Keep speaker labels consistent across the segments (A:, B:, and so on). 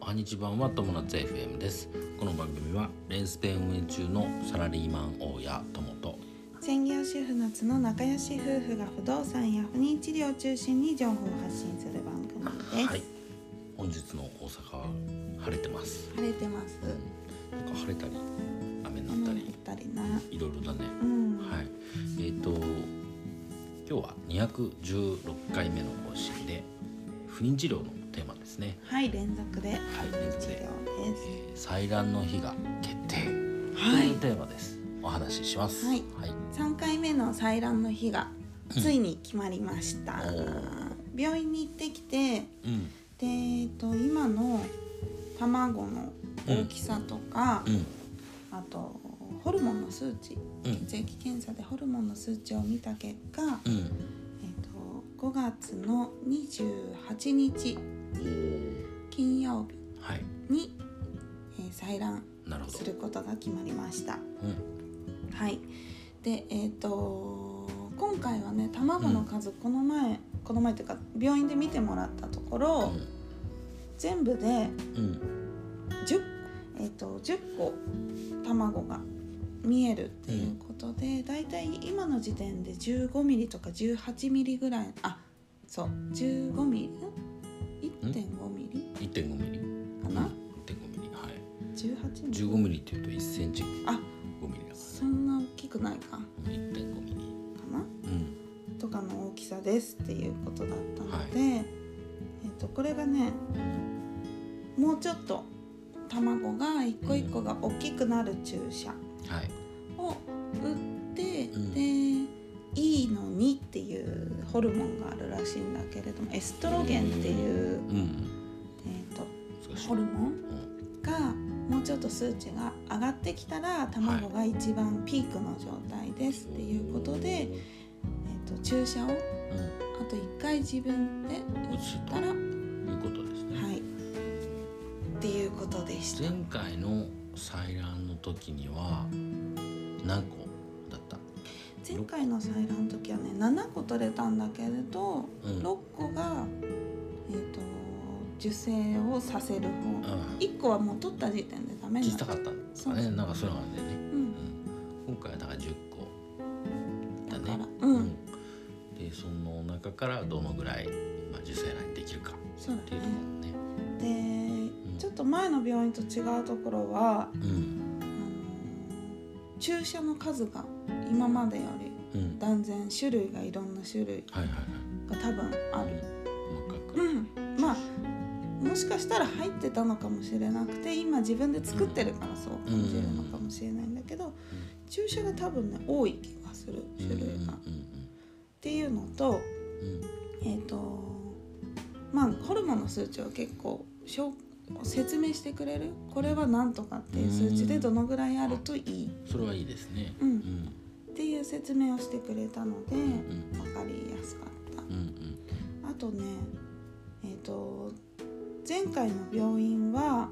A: 半日版は友達 FM ですこの番組はレースペン運営中のサラリーマン大家友と
B: 専業主婦夏の仲良し夫婦が不動産や不妊治療を中心に情報を発信する番組です、
A: はい本日の大阪は晴れてます、
B: 晴れてます
A: うん、なんか晴れたり雨に
B: 雨
A: なった
B: 降っ
A: り
B: たりな、
A: いろいろだね
B: うん、
A: はいえっ、と今日は216回目の更新で不妊治療のテーマですね
B: はい連続で
A: はい連続
B: 治療
A: で、
B: で
A: え
B: す
A: ー採卵の日が決定
B: は
A: というテーマです。お話しします。
B: はい
A: はい。
B: 3回目の採卵の日がついに決まりました、
A: お
B: 病院に行ってきて
A: うん。
B: で、えっと、今の卵の大きさとか、
A: うん。
B: あとホルモンの数値
A: うん。
B: 血液検査でホルモンの数値を見た結果、
A: うん。
B: えっと5月の28日
A: おお。
B: 金曜日
A: はい。
B: に、えー採卵
A: なるほど
B: す。ることが決まりました。
A: うん。
B: はい。で、えっ、と今回はね、卵の数、この前この前というか病院で見てもらったところ、全部で
A: うん。
B: 10えっ、と10個卵が見えるっていうことで、だいたい今の時点で15ミリとか18ミリぐらい、あ、そう15ミリ、1.5ミリ
A: 一点五ミリ。う
B: かな、
A: 一点五ミリ。はい。
B: 18ミリ。
A: 十五ミリっていうと一センチ
B: あ、
A: 五ミリだか
B: そんな大きくないか、から
A: ね。一点五ミリ。
B: な。
A: うん。
B: とかの大きさですっていうことだったので、
A: は
B: えっとこれがねもうちょっと卵が一個一個が大きくなる注射
A: はい。
B: を打って、
A: うん
B: で「いいのに」っていうホルモンがあるらしいんだけれどもエストロゲンっていう、
A: うん。
B: えっと
A: 難しい。
B: ホルモン
A: うん。
B: がもうちょっと数値が上がってきたら卵が一番ピークの状態ですっていうことで、えっと注射を
A: うん。
B: あと1回自分で打
A: 打つ
B: ったらは
A: ということですね。
B: いっていうことでした
A: 前回の採卵の時には何個だった？
B: 前回の採卵の時はね7個取れたんだけれど、
A: うん
B: 6個が、えー、と受精をさせる方
A: うん。
B: 1個はもう取った時点でダメにな
A: 小
B: っ
A: さかったんですかね。なんかそういうのがあるんだよね。
B: うん、
A: うん今回はだから10個だね
B: だからうん
A: でその中からどのぐらい、まあ、受精卵にできるかっ
B: そう
A: て
B: だ
A: いう
B: ね
A: のもね
B: で、ちょっと前の病院と違うところは
A: うん
B: あのー注射の数が今までより
A: うん
B: 断然種類がいろんな種類
A: はいはいはい
B: が多分ある
A: 細かく
B: うん、まあもしかしたら入ってたのかもしれなくて今自分で作ってるからそう感じるのかもしれないんだけど、注射が多分ね多い気がする種類が。っ
A: うん
B: ていうのと
A: うんうん
B: えっ、とまあホルモンの数値を結構しょ説明してくれるこれは何とかっていう数値でどのぐらいあるといい
A: うんそれはいいですね
B: うん
A: うん
B: っていう説明をしてくれたので
A: うん
B: 分かりやすかった。
A: うんうん
B: あとねえっ、と前回の病院は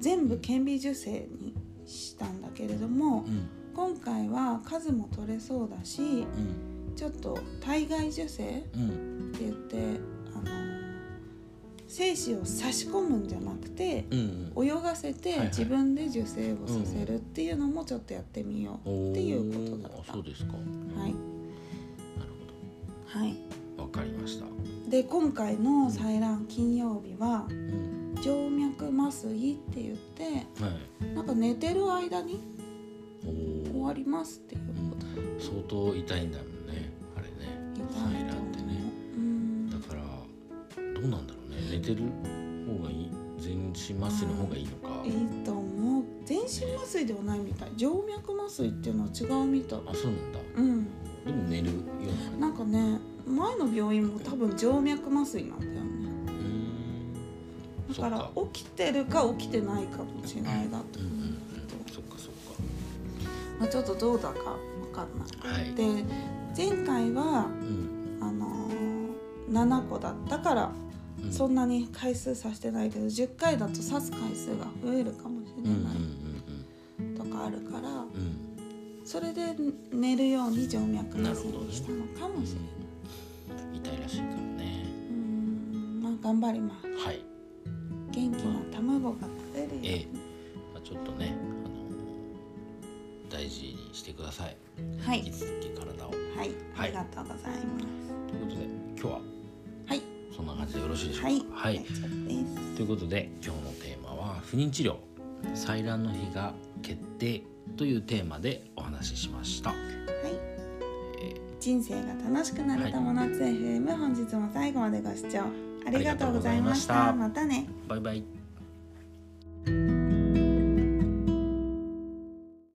B: 全部顕微授精にしたんだけれども
A: うん
B: 今回は数も取れそうだし
A: うん
B: ちょっと体外受精って
A: うん
B: 言ってあの精子を差し込むんじゃなくて
A: うんうん
B: 泳がせて
A: いはい
B: 自分で受精をさせるっていうのもちょっとやってみよう、
A: おー
B: っていうことだった
A: あそうですかな
B: はい、
A: る
B: はい、
A: ほどわかりました
B: で今回の採卵金曜日は
A: うん
B: 静脈麻酔って言って
A: はい
B: なんか寝てる間に
A: お
B: 終
A: ー
B: わりますっていうこと
A: 相当痛いんだもんねあれね
B: みたい
A: 採
B: と
A: 卵ってね
B: うん
A: だからどうなんだろうね寝てる方がいい全身麻酔の方がいいのか
B: いいと思う全身麻酔ではないみたい静脈麻酔っていうのは違うみたい
A: あそうなんだ
B: うん
A: でも寝るような
B: なんかね前の病院も多分静脈麻酔なんだよね
A: うー
B: だ
A: ん
B: から
A: そっか
B: 起きてるか起きてないかもしれないだと
A: うんう
B: 思
A: ん
B: う
A: うんそっかそっ
B: まあ、ちょっとどうだかわかんない
A: かはい
B: で前回は
A: うん
B: あのー、7個だったから
A: うん
B: そんなに回数さしてないけど10回だと刺す回数が増えるかもし
A: うん
B: れ
A: うんうん
B: ないとかあるから、
A: うんうん
B: それで寝るように静脈麻酔にしたのかもしれない。
A: 痛いらしいからね
B: うーんまあ頑張ります
A: はい
B: 元気な卵が出るよ、
A: ええまあ、ちょっとね、あの大事にしてください
B: は
A: 引き
B: い
A: 続き体をとい
B: はい
A: は
B: あ
A: い
B: りがとうございます
A: うことで今日は
B: はい
A: そんな感じでよろしいでしょうか
B: はい
A: は
B: 大
A: い、
B: 丈夫です
A: ということで今日のテーマは不妊治療採卵の日が決定というテーマでお話ししました
B: はい、人生が楽しくなる友達 FM、本日も最後までご視聴ありがとうございました
A: ありがとうございました
B: またね
A: バイバイ